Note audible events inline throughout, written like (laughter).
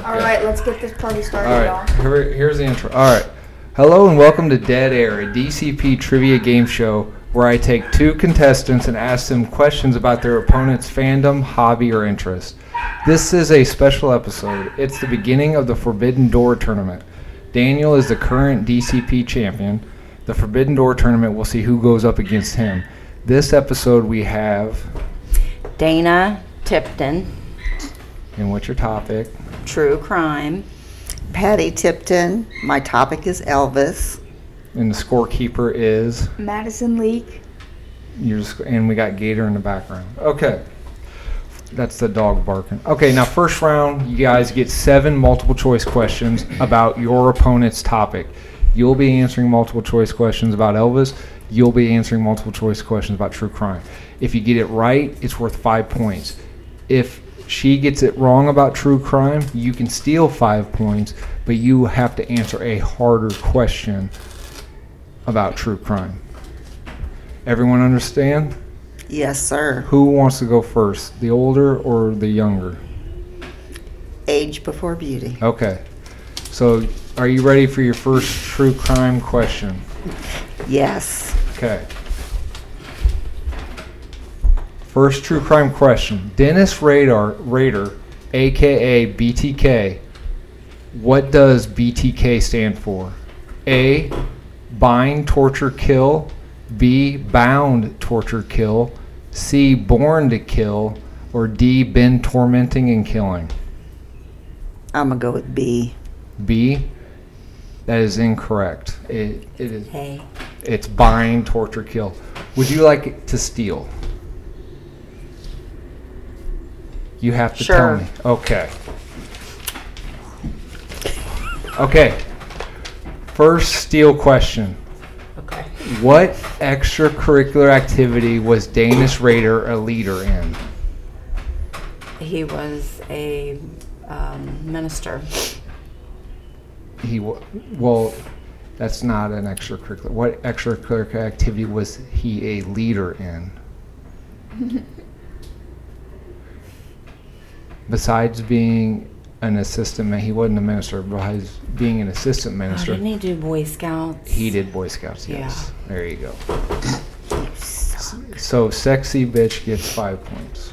let's get this party started, All right, here- here's the intro. All right, hello and welcome to Dead Air, a DCP trivia game show where I take two contestants and ask them questions about their opponent's fandom, hobby, or interest. This is a special episode. It's the beginning of the Forbidden Door tournament. Daniel is the current DCP champion. The Forbidden Door tournament will see who goes up against him. This episode we have, Dana Tipton, and what's your topic? True Crime. Patty Tipton. My topic is Elvis. And the scorekeeper is. y'all. Madison Leak. You're just, and we got Gator in the background. Okay. That's the dog barking. Okay, now first round, you guys get seven multiple choice questions about your opponent's topic. You'll be answering multiple choice questions about Elvis. You'll be answering multiple choice questions about true crime. If you get it right, it's worth five points. If she gets it wrong about true crime, you can steal five points, but you have to answer a harder question about true crime. Everyone understand? Yes, sir. Who wants to go first, the older or the younger? Age before beauty. Okay. So, are you ready for your first true crime question? Yes. Okay. First true crime question. Dennis Radar Raider, aka BTK. What does BTK stand for? A bind torture kill, B bound torture kill, C born to kill, or D been tormenting and killing. I'm gonna go with B. B that is incorrect. It, it is Hey. it's bind torture kill. Would you like to steal? You have to Sure. tell me. Okay. Okay. First steal question. Okay. What extracurricular activity was Danish Raider a leader in? He was a um, minister. He wa well, that's not an extracurricular. What extracurricular activity was he a leader in? (laughs) Besides being an assistant, ma- he wasn't a minister. Besides being an assistant Oh, minister, didn't he do Boy Scouts? he did Boy Scouts. Yeah. Yes, there you go. So sexy bitch gets five points.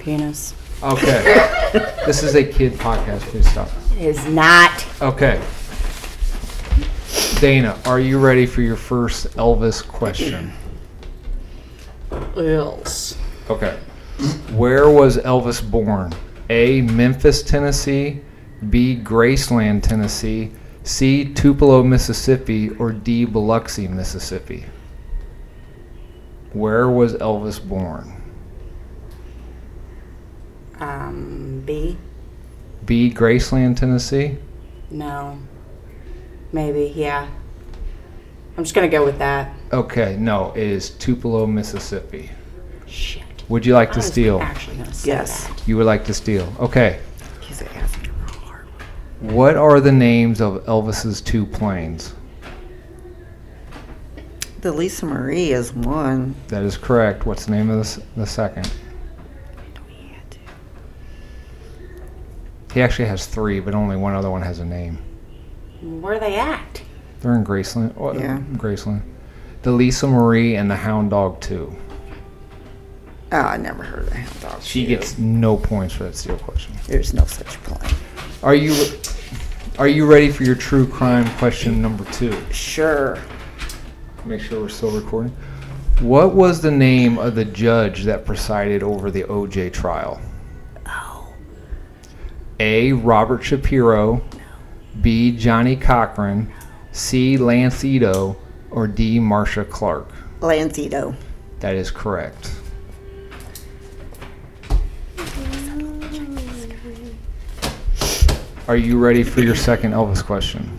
Penis. (laughs) Okay, this is a kid podcast. Please stop. Is not. Okay. Dana, are you ready for your first Elvis question? Else. Okay. Where was Elvis born? A. Memphis, Tennessee. B. Graceland, Tennessee. C. Tupelo, Mississippi. Or D. Biloxi, Mississippi. Where was Elvis born? Um, B? B. Graceland, Tennessee. No. Maybe, yeah. I'm just going to go with that. Okay, no, it is Tupelo, Mississippi. Shit. Would you like to I was steal? actually going to say Yes. that. You would like to steal. Okay. He's an asshole. What are the names of Elvis's two planes? The Lisa Marie is one. That is correct. What's the name of the, s- the second? He actually has three, but only one other one has a name. Where they at? They're in Graceland. What? Yeah. Graceland. The Lisa Marie and the Hound Dog Two. Oh, I never heard of the hound dog. She shoe. gets no points for that steal question. There's no such plane. Are you are you ready for your true crime question number two? Sure. Make sure we're still recording. What was the name of the judge that presided over the OJ trial? A. Robert Shapiro. B. Johnny Cochran. C. Lance Ito. Or D. Marsha Clark. Lancito. That is correct. Are you ready for your second Elvis question?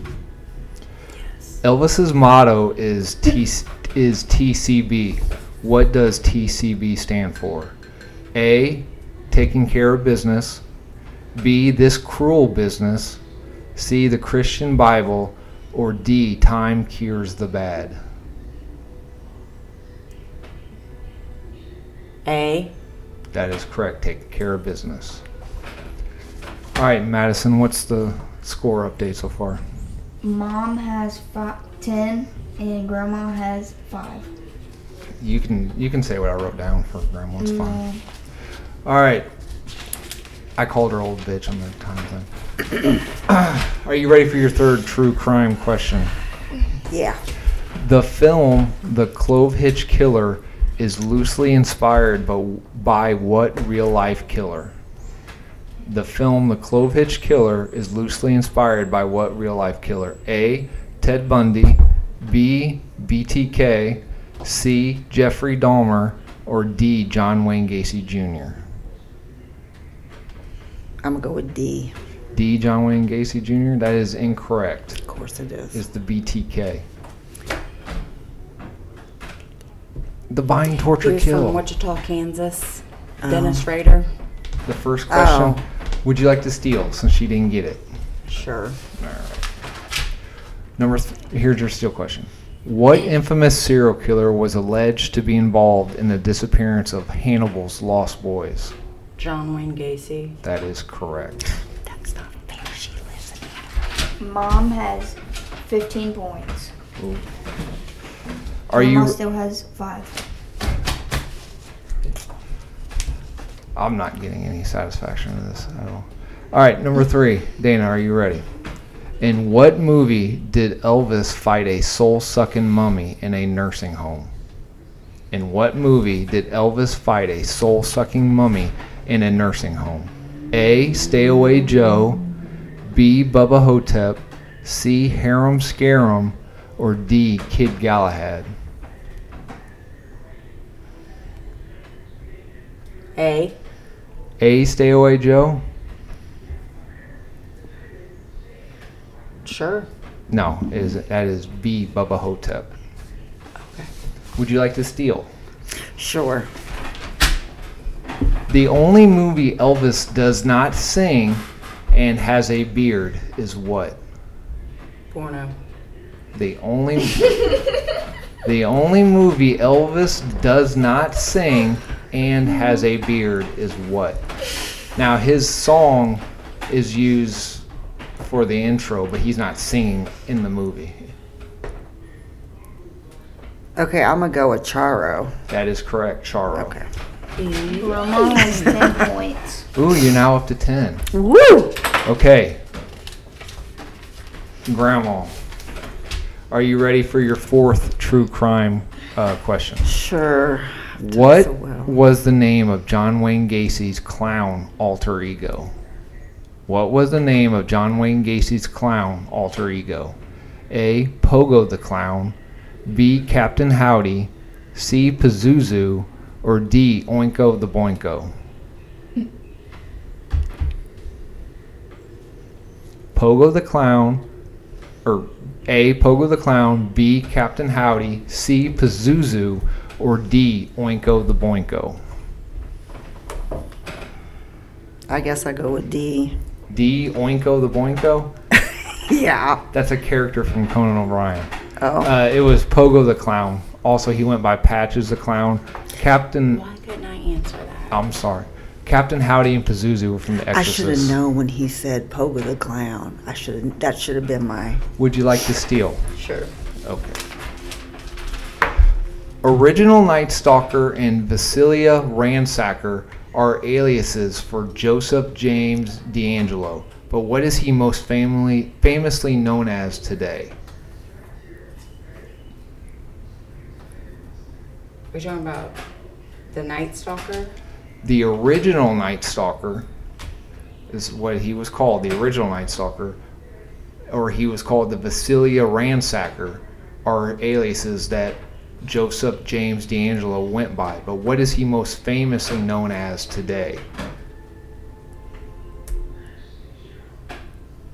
Elvis's motto is T- is TCB. What does TCB stand for? A. Taking care of business. B. This cruel business. C. The Christian Bible. Or D. Time cures the bad. A? That is correct. Taking care of business. All right, Madison, what's the score update so far? Mom has five, 10 and grandma has 5. You can you can say what I wrote down for grandma. It's fine. All right. I called her old bitch on the time thing. (clears throat) Are you ready for your third true crime question? Yeah. The film The Clove Hitch Killer is loosely inspired by, by what real life killer? The film The Clove Hitch Killer is loosely inspired by what real life killer? A. Ted Bundy, B. BTK, C. Jeffrey Dahmer, or D. John Wayne Gacy Jr. I'm going to go with D. D. John Wayne Gacy Jr. That is incorrect. Of course it is. Is the BTK. The buying torture You're kill. from Wichita, Kansas. Oh. Dennis Rader. The first question. Oh. Would you like to steal? Since she didn't get it. Sure. Number th- here's your steal question. What infamous serial killer was alleged to be involved in the disappearance of Hannibal's lost boys? John Wayne Gacy. That is correct. That's not fair. She lives in Mom has 15 points. Are grandma you? still has 5. I'm not getting any satisfaction out of this at all. All right, number three, Dana, are you ready? In what movie did Elvis fight a soul-sucking mummy in a nursing home? In what movie did Elvis fight a soul-sucking mummy in a nursing home? A. Stay Away Joe, B. Bubba Hotep, C. Harem Scarum, or D. Kid Galahad? A. A. Stay Away Joe. Sure. No, it is that is B Bubba Hotep. Would you like to steal? Sure. The only movie Elvis does not sing and has a beard is what? Porno. The only The only movie Elvis does not sing and has a beard is what? Now his song is used for the intro, but he's not singing in the movie. Okay, I'm going to go with Charo. That is correct, Charo. Okay. Grandma (laughs) has 10 points. Ooh, you're now up to ten. Woo! Okay. Grandma, are you ready for your fourth true crime uh, question? Sure. What so well. was the name of John Wayne Gacy's clown alter ego? What was the name of John Wayne Gacy's clown alter ego? A. Pogo the Clown, B. Captain Howdy, C. Pazuzu, or D. Oinko the Boinko? Pogo the Clown, or A. Pogo the Clown, B. Captain Howdy, C. Pazuzu, or D. Oinko the Boinko. I guess I go with D. D. Oinko the Boinko. Yeah. That's a character from Conan O'Brien. Oh. Uh, it was Pogo the Clown. Also, he went by Patches the Clown. Captain, Why couldn't I answer that? I'm sorry, Captain Howdy and Pazuzu were from The I Exorcist. should have known when he said Pogo the Clown. I should have. That should have been my. Would you like to steal? Sure. Okay. Original Night Stalker and Vasilia Ransacker are aliases for Joseph James D'Angelo, but what is he most family, famously known as today? We're talking about the Night Stalker. The original Night Stalker is what he was called, the original Night Stalker, or he was called the Vasilia Ransacker, are aliases that Joseph James D'Angelo went by, but what is he most famously known as today?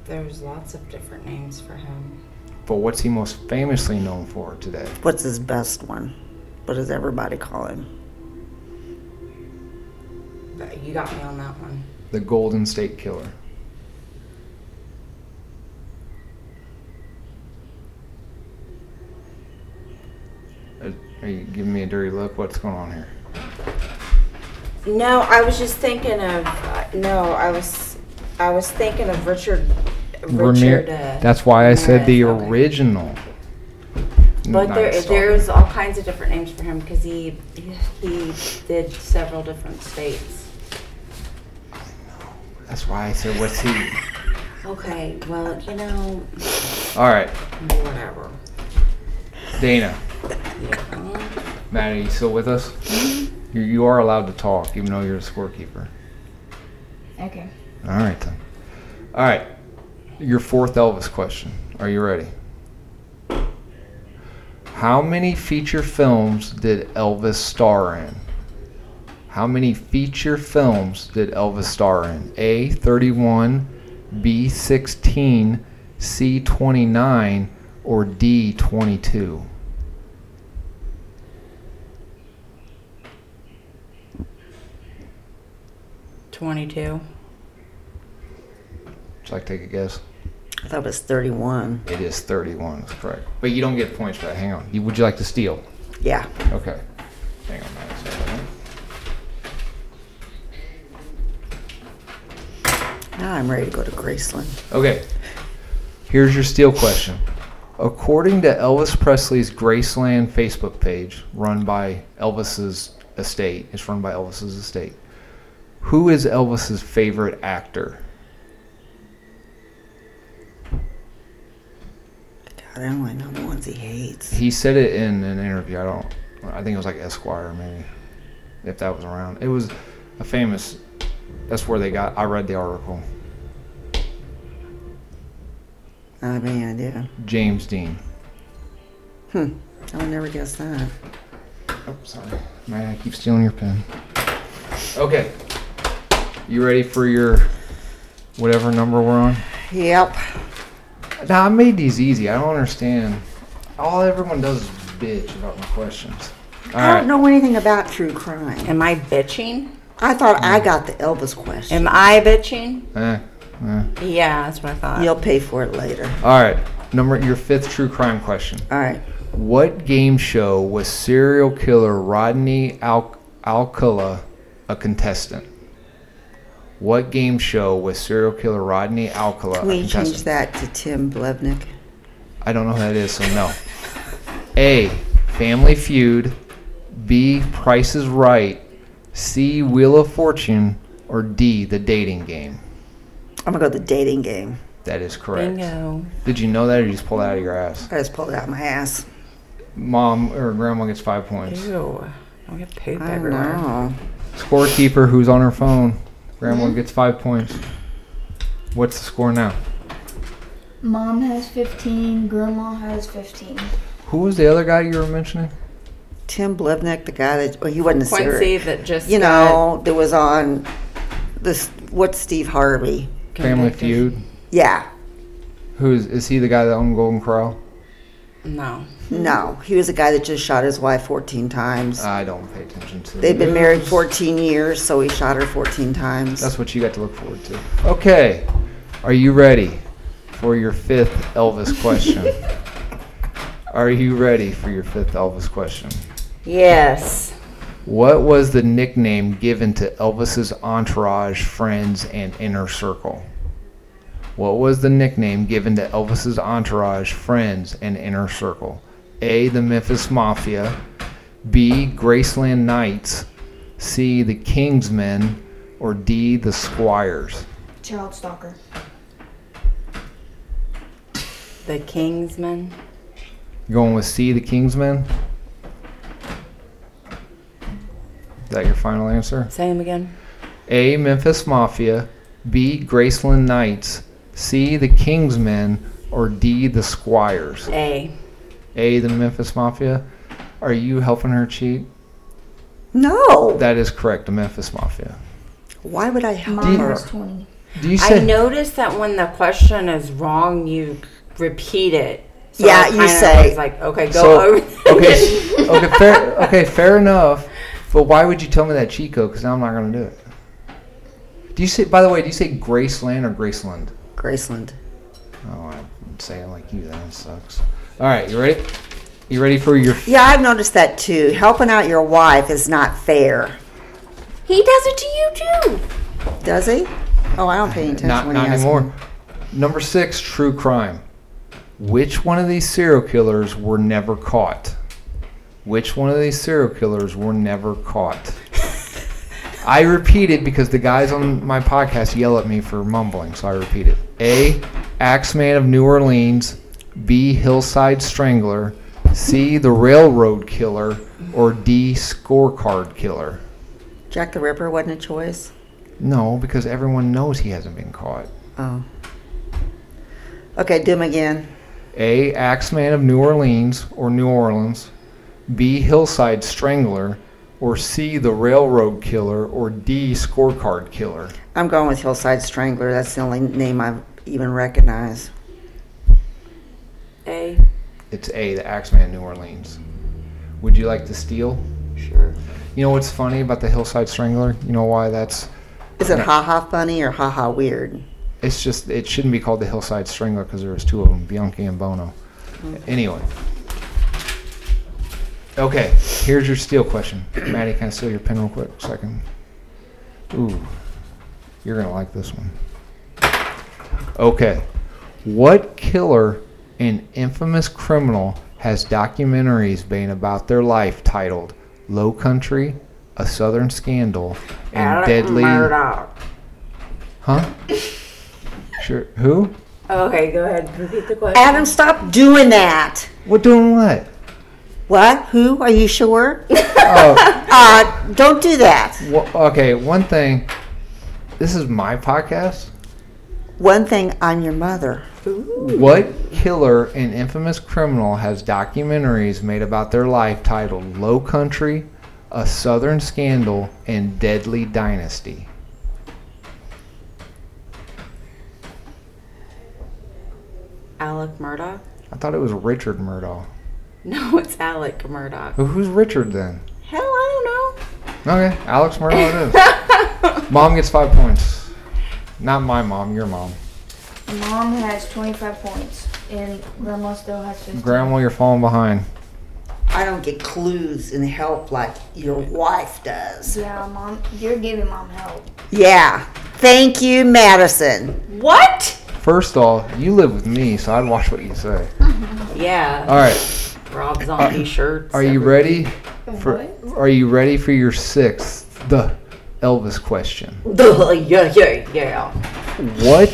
There's lots of different names for him. But what's he most famously known for today? What's his best one? What does everybody call him? But you got me on that one. The Golden State Killer. Uh, Are you giving me a dirty look? What's going on here? No, I was just thinking of. Uh, no, I was. I was thinking of Richard. Ramir- Richard. Uh, That's why I said the Ramirez, okay. original. But Not there, Stalker. there's all kinds of different names for him because he he did several different states. That's why I said what's he? Okay, well, you know, All right, whatever. Dana, Matt, are you still with us? You, you are allowed to talk, even though you're a scorekeeper. Okay. All right then. All right, your fourth Elvis question. Are you ready? How many feature films did Elvis star in? How many feature films did Elvis star in? A 31, B 16, C 29, or D 22? Twenty-two. Would you like to take a guess? I thought it was 31. It is 31, that's correct. But you don't get points for that. Hang on. You, would you like to steal? Yeah. Okay. Hang on a second. Now I'm ready to go to Graceland. Okay. Here's your steel question. According to Elvis Presley's Graceland Facebook page, run by Elvis's estate, it's run by Elvis's estate. Who is Elvis's favorite actor? God, I only know the ones he hates. He said it in an interview. I don't. I think it was like Esquire, maybe, if that was around. It was a famous. That's where they got. I read the article. I have any idea. James Dean. Hmm. I would never guess that. Oh, sorry. Man, I keep stealing your pen. Okay. You ready for your whatever number we're on? Yep. Nah, I made these easy. I don't understand. All everyone does is bitch about my questions. All I don't right. know anything about true crime. Am I bitching? I thought I got the Elvis question. Am I bitching? Eh, eh. Yeah, that's what I thought. You'll pay for it later. All right. Number your fifth true crime question. All right. What game show was serial killer Rodney Al- Alcala a contestant? What game show was serial killer Rodney Alcala Can a we contestant? change that to Tim Blevnick? I don't know who that is, so no. A. Family Feud. B. Price is Right. C. Wheel of Fortune. Or D. The Dating Game. I'm going to go the dating game. That is correct. Bingo. Did you know that, or you just pull that out of your ass? I just pulled it out my ass. Mom or grandma gets five points. Ew. Don't get poop I don't everywhere. know. Scorekeeper, who's on her phone, grandma gets five points. What's the score now? Mom has 15. Grandma has 15. Who was the other guy you were mentioning? Tim Blevnick, the guy that, well, he wasn't a Quincy serial. that just You got know, that was on this, what's Steve Harvey? Family convicted. Feud. Yeah. Who's is he? The guy that owned Golden Corral? No. Hmm. No, he was a guy that just shot his wife 14 times. I don't pay attention to. They've been news. married 14 years, so he shot her 14 times. That's what you got to look forward to. Okay. Are you ready for your fifth Elvis question? Are you ready for your fifth Elvis question? Yes. What was the nickname given to Elvis's entourage, friends, and inner circle? What was the nickname given to Elvis's entourage, friends, and inner circle? A. The Memphis Mafia. B. Graceland Knights. C. The Kingsmen. Or D. The Squires. Child stalker. The Kingsman. You're going with C, the Kingsmen? Is that your final answer? Say him again. A, Memphis Mafia. B, Graceland Knights. C, the Kingsmen. Or D, the Squires. A. A, the Memphis Mafia. Are you helping her cheat? no. That is correct, the Memphis Mafia. Why would I help Mom her? has 20. Do you I say? noticed that when the question is wrong, you repeat it. So Yeah, I you kinda say- was like, okay, go So, over. okay, s- okay, fair, okay, fair enough. But why would you tell me that cheat code? Because now I'm not going to do it. Do you say? By the way, do you say Graceland or Graceland? Graceland. Oh, I'm saying like you. That sucks. All right, you ready? You ready for your? Yeah, I've noticed that too. Helping out your wife is not fair, He does it to you too. does he? Oh, I don't pay any attention Not, when you not ask anymore. me. Number six, true crime. Which one of these serial killers were never caught? Which one of these serial killers were never caught? I repeat it because the guys on my podcast yell at me for mumbling, so I repeat it. A. Axeman of New Orleans. B. Hillside Strangler. C. The Railroad Killer. Or D. Scorecard Killer. Jack the Ripper wasn't a choice. No, because everyone knows he hasn't been caught. Oh. Okay, do 'em again. A. Axeman of New Orleans or New Orleans, B. Hillside Strangler, or C. The Railroad Killer, or D. Scorecard Killer. I'm going with Hillside Strangler. That's the only name I even recognize. (laughs) A. It's A. The Axeman of New Orleans. Would you like to steal? Sure. You know what's funny about the Hillside Strangler? You know why that's? Is it ha ha funny or ha ha weird? It's just it shouldn't be called the Hillside Strangler because there was two of them, Bianchi and Bono. Anyway. Okay, here's your steal question. (clears throat) Maddie, can I steal your pen real quick? So I can. Ooh, you're gonna like this one. Okay, what killer and infamous criminal has documentaries being about their life titled "Low Country," "A Southern Scandal," and Alec "Deadly"? Murdoch. Huh? sure. Who? Okay, go ahead. Repeat the question. Adam, stop doing that. What doing what? What? Who? Are you sure? Oh, (laughs) Uh, don't do that. wha- okay. One thing. This is my podcast. One thing, I'm your mother. What killer and infamous criminal has documentaries made about their life titled "Low Country," "A Southern Scandal," and "Deadly Dynasty"? Alec Murdoch? (laughs) I thought it was Richard Murdoch. No, it's Alec Murdoch. Who- Who's Richard then? Hell, I Okay, Alex Murdoch it is. mom gets five points. Not my mom. Your mom. Mom has 25 points, and Grandma still has 15. Grandma, you're falling behind. I don't get clues and help like your wife does. yeah, Mom, you're giving Mom help. Yeah. Thank you, Madison. don't know. What? First off, you live with me, so I'd watch what you say. Yeah. All right, Rob Zombie shirts. are you ready for? Are you ready for your sixth, the Elvis question? Duh, yeah, yeah, yeah. What?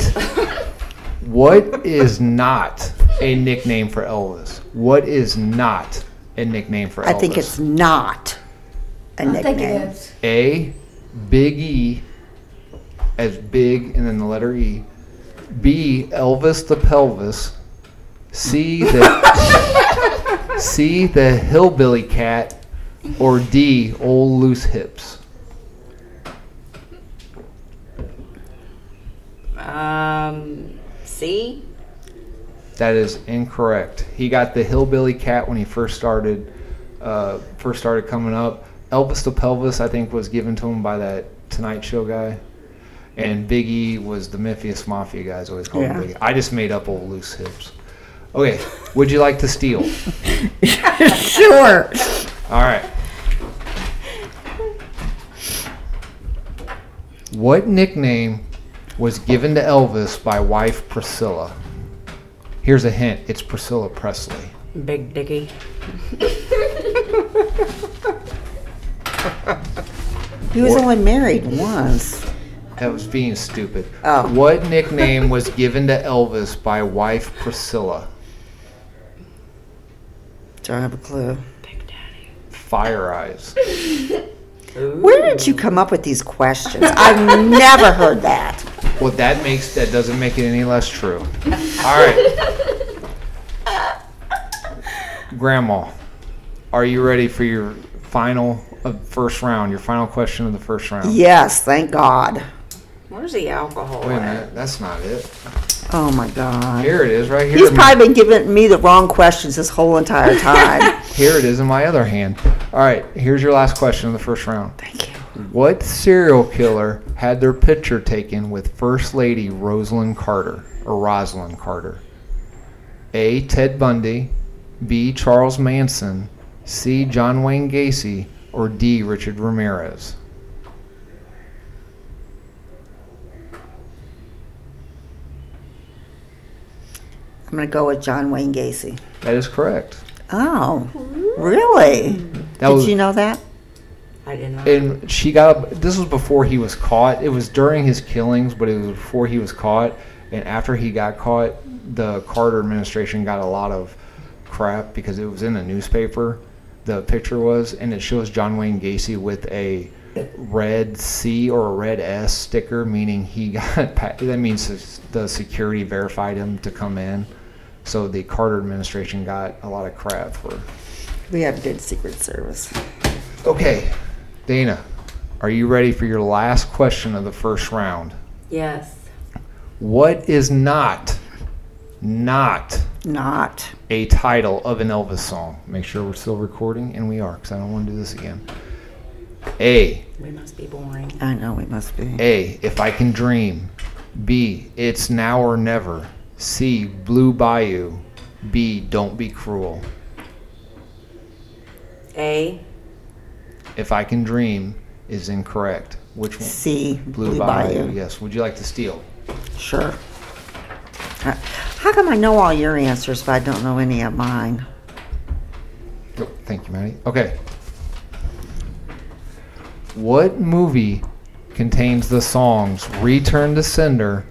what is not a nickname for Elvis? What is not a nickname for Elvis? I think it's not a I think it nickname. is. A, Big E, as big and then the letter E. B, Elvis the pelvis. C, the (laughs) C, the hillbilly cat. Or D, old loose hips. Um, see? That is incorrect. He got the hillbilly cat when he first started, uh, first started coming up. Elvis the pelvis, I think, was given to him by that Tonight Show guy. And Big E was the Memphis Mafia guys always called him Yeah. Big E. I just made up old loose hips. Okay, would you like to steal? (laughs) Sure. All right. What nickname was given to Elvis by wife Priscilla? Here's a hint it's Priscilla Presley. Big Dicky. He was only married once. That was being stupid. Oh. What nickname was given to Elvis by wife Priscilla? Don't have a clue. Big Daddy. Fire Eyes. Where did you come up with these questions? I've never heard that. Well, that makes that doesn't make it any less true. All right. Grandma, are you ready for your final of first round? Your final question of the first round. Yes, thank God. Where's the alcohol? Wait a at? minute, that's not it. Oh my God. Here it is, right here. He's in my- probably been giving me the wrong questions this whole (laughs) entire time. here it is in my other hand. All right, here's your last question of the first round. Thank you. What serial killer had their picture taken with First Lady Rosalind Carter or Rosalind Carter? A. Ted Bundy, B. Charles Manson, C. John Wayne Gacy, or D. Richard Ramirez? I'm going to go with John Wayne Gacy. That is correct. Oh, really? That Did was you know that? I didn't know. and she got this was before he was caught. It was during his killings, but it was before he was caught. And after he got caught, the Carter administration got a lot of crap because it was in the newspaper. The picture was, and it shows John Wayne Gacy with a red C or a red S sticker, meaning he (laughs) got pa- that means the security verified him to come in. So the Carter administration got a lot of crap for. We had good Secret Service. Okay, Dana, are you ready for your last question of the first round? yes. What is not not Not. a title of an Elvis song? Make sure we're still recording, and we are, because I don't want to do this again. A. We must be boring. I know we must be. A. If I can dream. B. It's now or never. C. Blue Bayou. B. Don't be cruel. A. If I can dream is incorrect. Which one? C. Blue, Bayou. Yes. Would you like to steal? Sure. Uh, How come I know all your answers, but I don't know any of mine? Oh, Thank you, Maddie. Okay. What movie contains the songs Return to Sender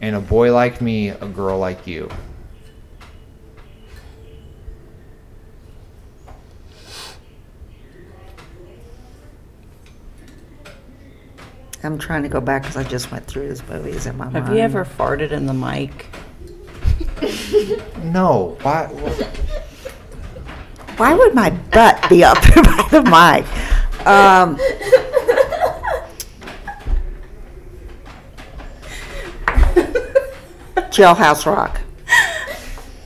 and A Boy Like Me, A Girl Like You? I'm trying to go back because I just went through these movies in my mind. Have you ever farted in the mic? No. Why? wha- Why would my butt be up (laughs) here by the mic? Um, Jailhouse Rock.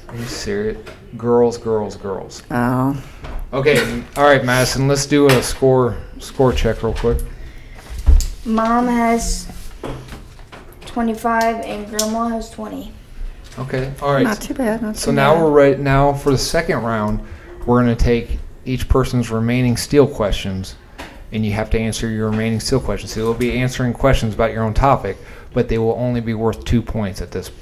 Are you serious? Girls, girls, girls. Oh, Okay. All right, Madison. Let's do a score score check real quick. Mom has 25 and grandma has 20. Okay. All right. not too bad. Not So too now bad. we're right now for the second round, we're going to take each person's remaining steel questions, and you have to answer your remaining steel questions. So you'll be answering questions about your own topic, but they will only be worth two points at this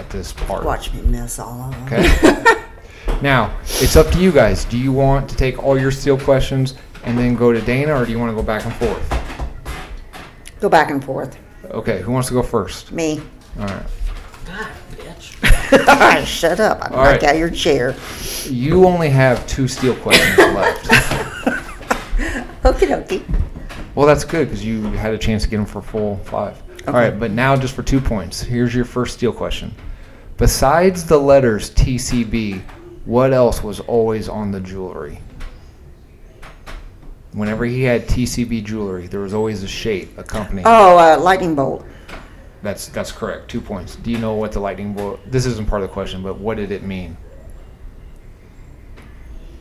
at this part. watch me miss all of them. Okay. (laughs) now it's up to you guys. Do you want to take all your steel questions and then go to Dana, or do you want to go back and forth? Go back and forth. Okay, who wants to go first? (laughs) Me. All right. All right, shut up. I knocked right. out your chair. You only have two steel questions left. Okie dokie. Well, that's good because you had a chance to get them for full five. All right, but now just for two points. Here's your first steel question. Besides the letters TCB, what else was always on the jewelry? Whenever he had TCB jewelry, there was always a shape, a company. Oh, uh, lightning bolt. That's that's correct. Two points. Do you know what the lightning bolt? This isn't part of the question, but what did it mean?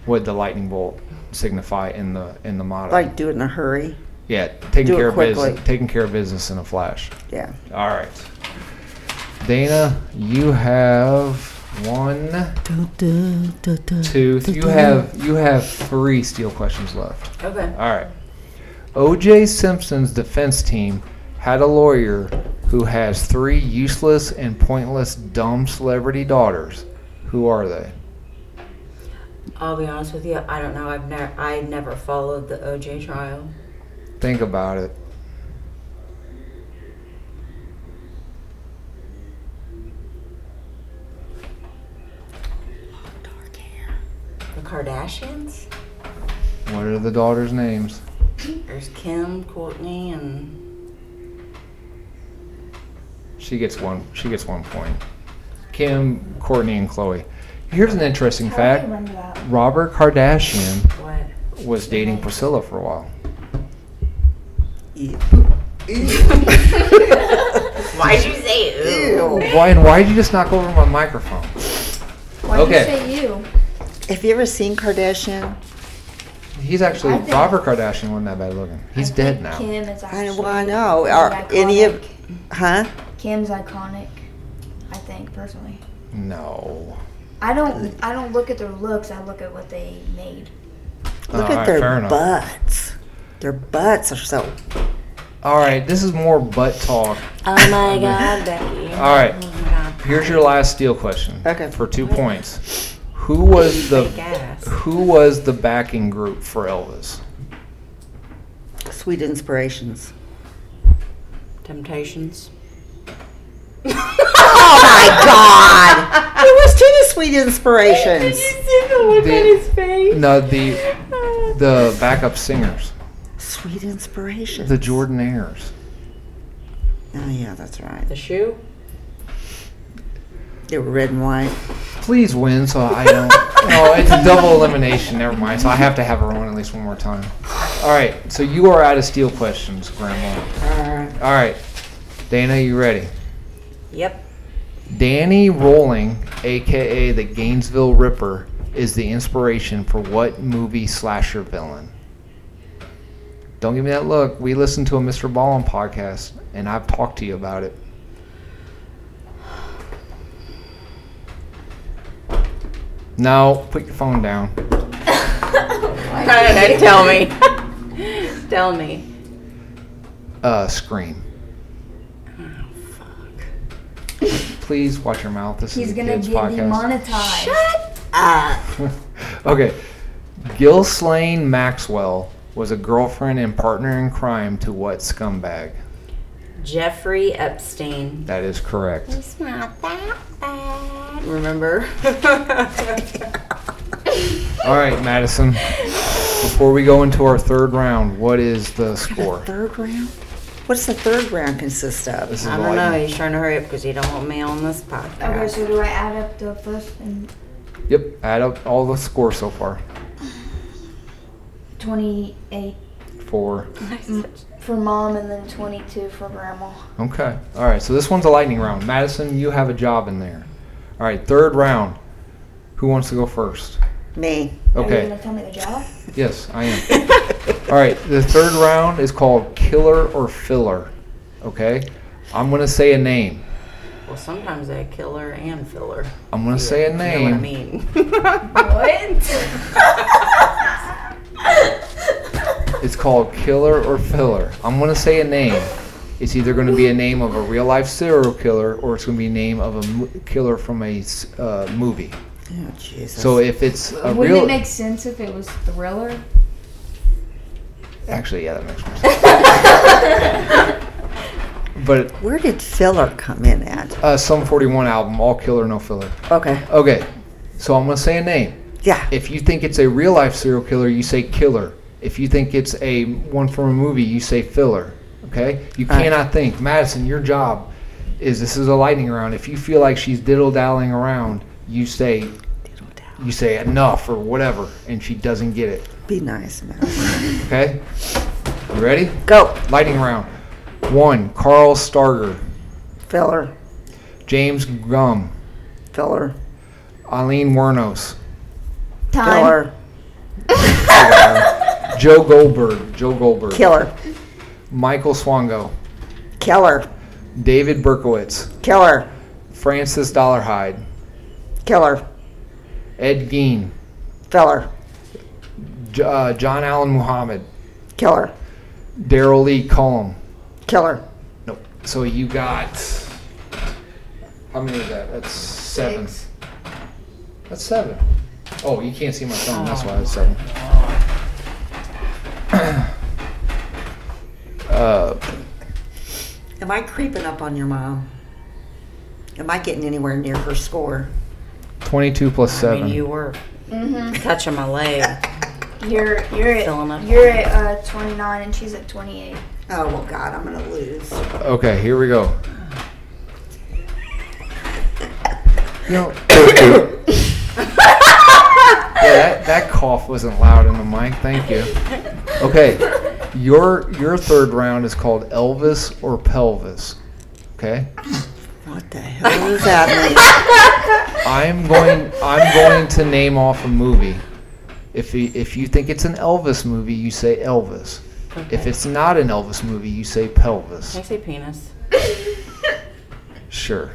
What did the lightning bolt signify in the in the motto? Like do it in a hurry. Yeah, taking Do it care of business, quickly. taking care of business in a flash. Yeah. All right, Dana, you have one, two. You have you have three steel questions left. Okay. All right. O.J. Simpson's defense team had a lawyer who has three useless and pointless dumb celebrity daughters. Who are they? I'll be honest with you. I don't know. I've never. I never followed the OJ trial. Think about it. The Kardashians. What are the daughters' names? There's Kim, Courtney, and She gets one. She gets one point. Kim, Courtney, and Chloe. Here's an interesting fact: Robert Kardashian what? was dating Priscilla for a while. Why'd you say ooh? Why? And why did you just knock over my microphone? Why Okay. did you say you? Have you ever seen Kardashian? He's actually I think- Robert Kardashian wasn't that bad looking. He's dead now. Kim is I, actually. well, I know. Are any of, iconic. huh? Kim's iconic, I think personally. No. I don't. I don't look at their looks. I look at what they made. Look All at right, fair their enough. butts. Their butts are so. All right, this is more butt talk. Oh my God, Becky. All right. Oh my God, Here's your last steel question. Okay. For two points. Who was the Gas. Who was the backing group for Elvis? Sweet inspirations. Temptations. Oh my God! It was to the sweet inspirations. No, the the backup singers, Sweet inspirations. the Jordanaires. Oh yeah, that's right. The shoe. They were red and white. Please win, so I don't. (laughs) oh, it's a double elimination. Never mind. So I have to have her on at least one more time. All right. So you are out of steel questions, Grandma. Uh, Alright. All right, Dana, you ready? Yep. Danny Rolling, aka the Gainesville Ripper, is the inspiration for what movie slasher villain? Don't give me that look. We listened to a Mr. Ballin podcast, and I've talked to you about it. No, put your phone down. I don't know. Tell me. (laughs) Tell me. Uh, scream. Please watch your mouth. This He's is a gonna kids get podcast. demonetized. (laughs) Okay. Ghislaine Maxwell was a girlfriend and partner in crime to what scumbag? Jeffrey Epstein. That is (laughs) correct. It's not that bad. Remember? (laughs) All right, Madison. Before we go into our third round, what is the The score? third round? What does the third round consist of? This is (laughs) I don't know. lightning. He's trying to hurry up because he don't want me on this Okay, podcast. so do I add up the first and Yep. Add up all the score so far. 28 Four. for mom and then 22 for grandma? Okay. All right. So this one's a lightning round. Madison, you have a job in there. All right. Third round. Who wants to go first? Me. Are you Okay. gonna tell me the job? Yes, I am. All right, the third round is called killer or filler. Okay, I'm gonna say a name. Well, sometimes they killer and filler. I'm gonna say a You know what name. I mean? It's called killer or filler. I'm gonna say a name. It's either gonna be a name of a real life serial killer or it's gonna be a name of a mo- killer from a s- uh, movie. Oh Jesus. So if it's a Wouldn't real, it make sense if it was thriller? actually, yeah, that makes more sense. (laughs) but where did filler come in at? uh, some 41 album, all killer, no filler. Okay. Okay, so I'm gonna say a name. Yeah. If you think it's a real life serial killer, you say killer. If you think it's a one from a movie, you say filler. Okay? You Right. cannot think. Madison, your job is this is a lightning round. If you feel like she's diddle dallying around, you say you say enough or whatever, and she doesn't get it. Be nice, man. Okay? You ready? Go. Lightning round. One, Carl Starger, Filler. James Gum, Filler. Eileen (laughs) Wernos, Time. Filler. Joe Goldberg, Joe Goldberg, Killer. Michael Swango, Killer. David Berkowitz, Killer. Francis Dollarhide, Killer. Ed Gein, Filler. J- uh, John Allen Muhammad, Killer. Daryl Lee Cullum. Killer. Nope. So you got how many is that? That's seven. That's seven. Oh, you can't see my phone. That's why it's seven. Oh, uh, Am I creeping up on your mom? Am I getting anywhere near her score? twenty-two plus (laughs) I mean, seven. you were touching my leg. Mm-hmm. You're you're Filling up. at, you're at uh, 29 and she's at 28. Oh well, God, I'm gonna lose. Okay, here we go. You know, yeah, that, that cough wasn't loud in the mic. Thank you. Okay, your your third round is called Elvis or Pelvis. Okay, What the hell does that I'm going I'm going to name off a movie. If you, if you think it's an Elvis movie, you say Elvis. If it's not an Elvis movie, you say Pelvis. Can I say penis? Sure.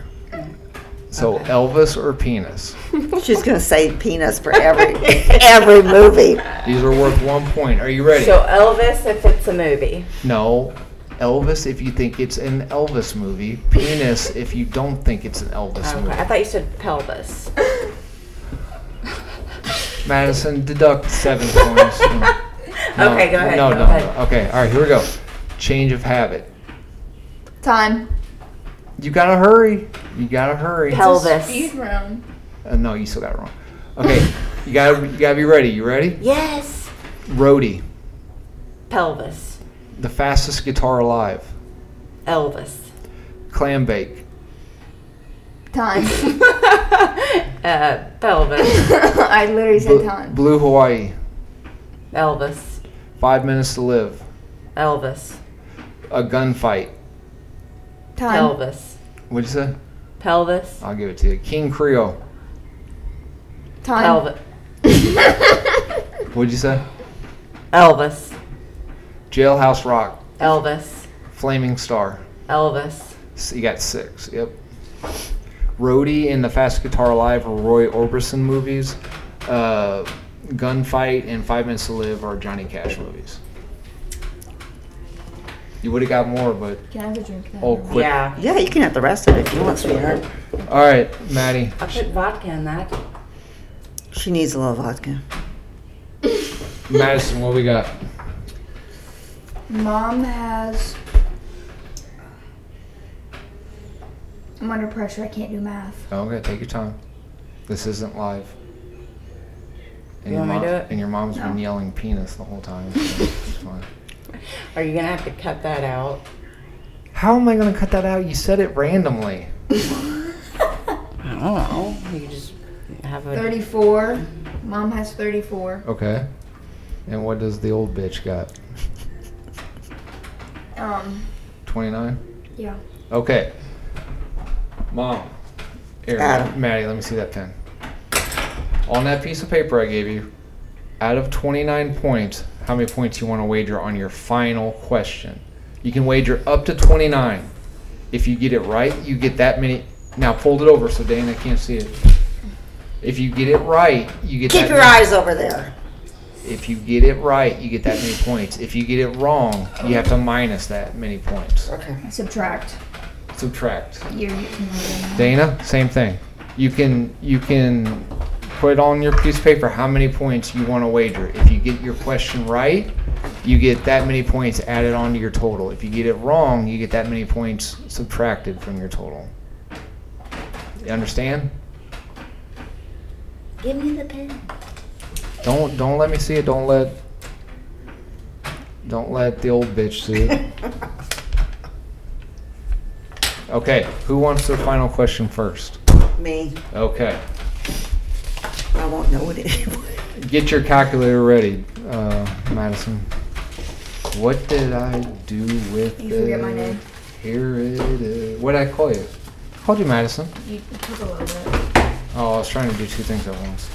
So Elvis or penis? mean? She's gonna say penis for (laughs) every every movie. These are worth one point. Are you ready? So Elvis, if it's a movie. no. Elvis if you think it's an Elvis movie, penis if you don't think it's an Elvis Okay. I movie. thought you said pelvis. Madison, deduct seven points. (laughs) No, Okay, go ahead, No, go no, ahead. no. Okay, all right, here we go. Change of habit. Time. You gotta hurry. You gotta hurry. pelvis. Speed round. Uh, no, you still got it wrong. Okay, you gotta you gotta be ready. You ready? Yes. Roadie, Pelvis. the fastest guitar alive. Elvis. (laughs) Clam bake. Time. (laughs) uh, pelvis. I literally said Bl- time. Blue Hawaii. Elvis. Five minutes to live. Elvis. A gunfight. Time. Pelvis. What'd you say? Pelvis. I'll give it to you. King Creole. Time. Elvis. What'd you say? Elvis. Jailhouse Rock. Elvis. Flaming Star. Elvis. S- You got six. Yep. Roadie in the Fast Guitar Live or Roy Orbison movies. Uh, gunfight and Five Minutes to Live are Johnny Cash movies. You would have got more, but Can I have a drink then? oh, quick. Yeah. Yeah, you can have the rest of it if you want, sweetheart. All right, Maddie. I put vodka in that. She needs a little vodka. Madison, what we got? Mom has. I'm under pressure. I can't do math. (laughs) Oh, Okay, take your time. This isn't live. And You your want me to mom- do it? And your mom's been No. yelling penis the whole time. so (laughs) it's fine. Are you gonna have to cut that out? How am I going to cut that out? You said it randomly. I don't know. You just have a 34. Mom has 34. Okay. And what does the old bitch got? Um, 29? yeah. Okay. Mom. Here, Adam. Maddie, let me see that pen. On that piece of paper I gave you, out of 29 points, how many points you want to wager on your final question? You can wager up to 29. If you get it right, you get that many. Now, fold it over so Dana can't see it. If you get it right, you get Keep that your many- eyes over there. If you get it right, you get that many points. If you get it wrong, you have to minus that many points. Okay. Subtract. Subtract. You're using more than that. Dana, same thing. You can you can put on your piece of paper how many points you want to wager. If you get your question right, you get that many points added onto your total. If you get it wrong, you get that many points subtracted from your total. You understand? Give me the pen. Don't don't let me see it. Don't let don't let the old bitch see (laughs) it. okay, who wants their final question first? (laughs) Me, Okay, I won't know it anyway. get your calculator ready, uh, Madison. What did I do with You forget my it? name. Here it is. What did I call you? I called you Madison. You took a little bit. Oh, I was trying to do two things at once.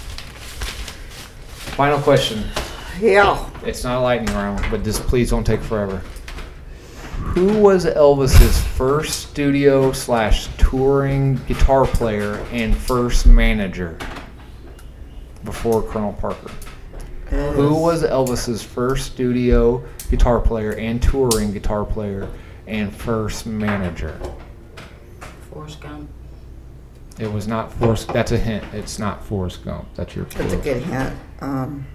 Final question. Yeah. It's not a lightning round, but just please don't take forever. Who was Elvis's first studio slash touring guitar player and first manager before Colonel Parker? Who was Elvis's first studio guitar player and touring guitar player and first manager? Forrest Gump. It was not Forrest. That's a hint. It's not Forrest Gump. That's your. That's a clue. good hint. Um,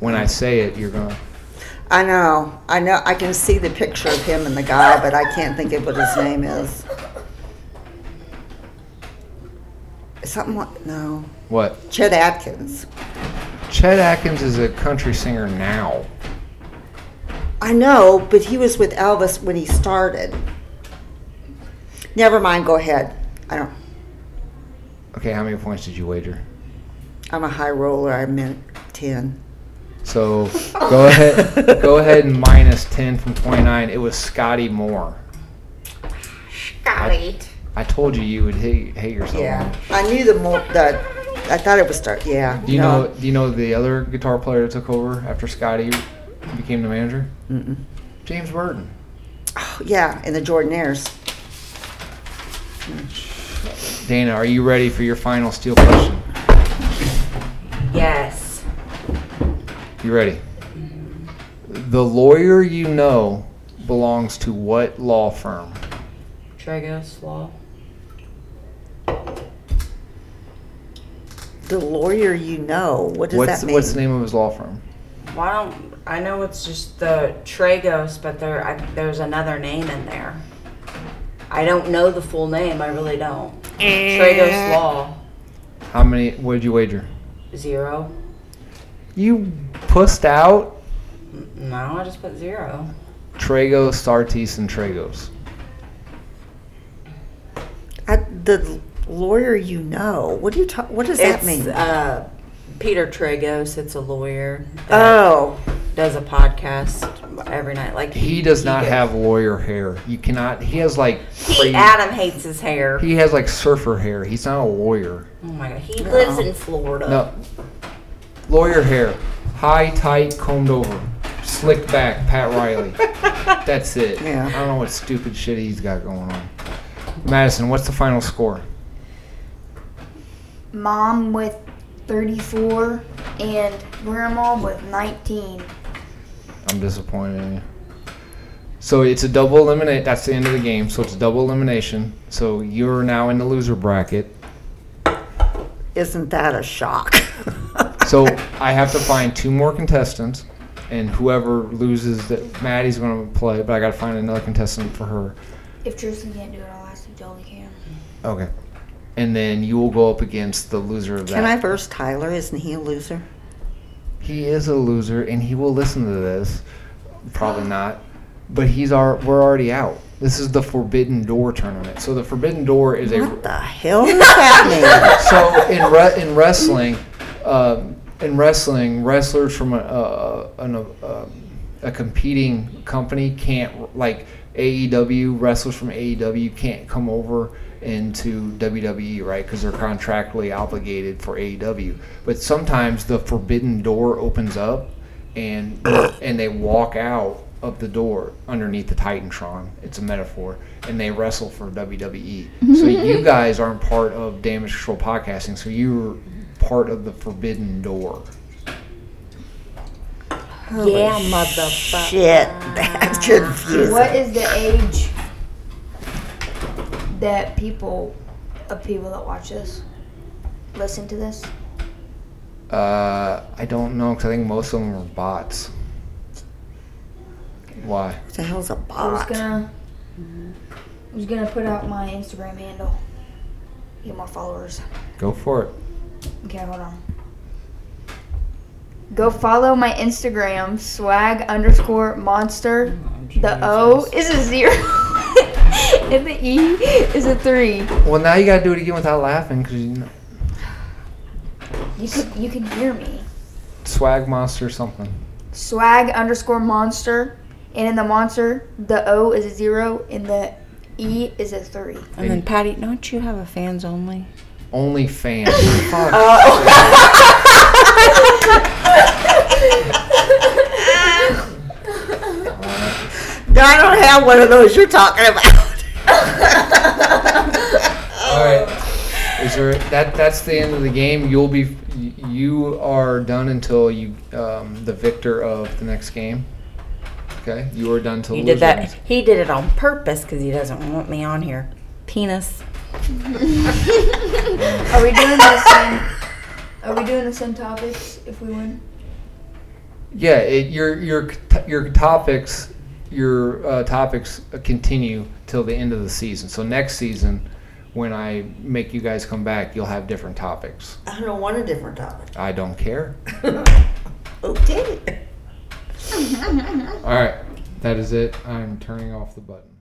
When I say it, you're gonna. I know, I know, I can see the picture of him and the guy, but I can't think of what his name is. Something like, no, What? Chet Atkins. Chet Atkins is a country singer now. I know, but he was with Elvis when he started. Never mind, go ahead. I don't, Okay, how many points did you wager? I'm a high roller, I meant 10. So (laughs) go ahead, go ahead and minus ten from twenty nine. It was Scotty Moore. Scotty. I, told you you would hate, hate yourself. Yeah, I knew the more, the, I thought it was start, yeah. Do you no. know? Do you know the other guitar player that took over after Scotty became the manager? Mm-mm. James Burton. Oh, Yeah, in the Jordanaires. Dana, are you ready for your final steel question? Yes. You ready? The lawyer you know belongs to what law firm? Tragos Law. The lawyer you know, what does what's that mean? what's the name of his law firm? Why don't I know it's just the Tragos, but there I, there's another name in there. I don't know the full name. I really don't. Eh. Tragos Law How many? What did you wager? zero. You pussed out No, I just put zero. Tragos, Sartis, and Tragos. I, the lawyer you know. What do you talk? What does that it's, mean? Uh, Peter Tragos. It's a lawyer. that oh, does a podcast every night. Like He does not gets- have lawyer hair. You cannot. He has like He, crazy- Adam hates his hair. he has like surfer hair. He's not a lawyer. oh my god, he lives in Florida. No. Lawyer hair. High, tight, combed over. Slick back, Pat Riley. That's it. Yeah. I don't know what stupid shit he's got going on. Madison, what's the final score? Mom with 34 and grandma with 19. I'm disappointed in you. So it's a double eliminate. That's the end of the game. So it's double elimination. So you're now in the loser bracket. isn't that a shock? So I have to find two more contestants, and whoever loses, that Maddie's going to play. But I got to find another contestant for her. If Tristan can't do it, I'll ask if Jolie can. Okay. And then you will go up against the loser of that. (laughs) Can I verse Tyler? Isn't he a loser? He is a loser, and he will listen to this. Probably not, but he's our. We're already out. This is the Forbidden Door tournament. So the Forbidden Door is a. What the hell is that so in re- in wrestling, um, in wrestling, wrestlers from a a, an, a a competing company can't like AEW wrestlers from AEW can't come over into WWE, right? Because they're contractually obligated for AEW. But sometimes the forbidden door opens up, and (coughs) and they walk out of the door underneath the Titantron. It's a metaphor, and they wrestle for WWE. (laughs) so you guys aren't part of Damage Control podcasting, so you're part of the Forbidden Door. mean? (laughs) Yeah, Holy motherfucker. Shit, that's confusing. What is the age that people, of people that watch this, listen to this? Uh, I don't know because I think most of them are bots. Why? What the hell's a I was bot? gonna, Mm-hmm. I was gonna put out my Instagram handle, get more followers. Go for it. Okay, hold on. Go follow my Instagram, swag underscore monster. The O is a zero, (laughs) and the E is a three. Well, now you gotta do it again without laughing because you know, You could, you can hear me. swag monster or something. swag underscore monster and in the monster the o is a zero and the e is a three And then Patty, don't you have a fans only? Only fans. (laughs) Fuck. Oh, No, I don't have one of those you're talking about. All right. Is there that? That's the end of the game. You'll be, you are done until you, um, the victor of the next game. Okay, you are done till You the did that. loser He did it on purpose because he doesn't want me on here. Penis. are we doing the same are we doing the same topics if we win wins. Yeah, it, your your your topics, your uh, topics continue till the end of the season. So next season, when I make you guys come back, you'll have different topics. I don't want a different topic. I don't (laughs) care. Okay. Oh, All right, that is it. I'm turning off the button.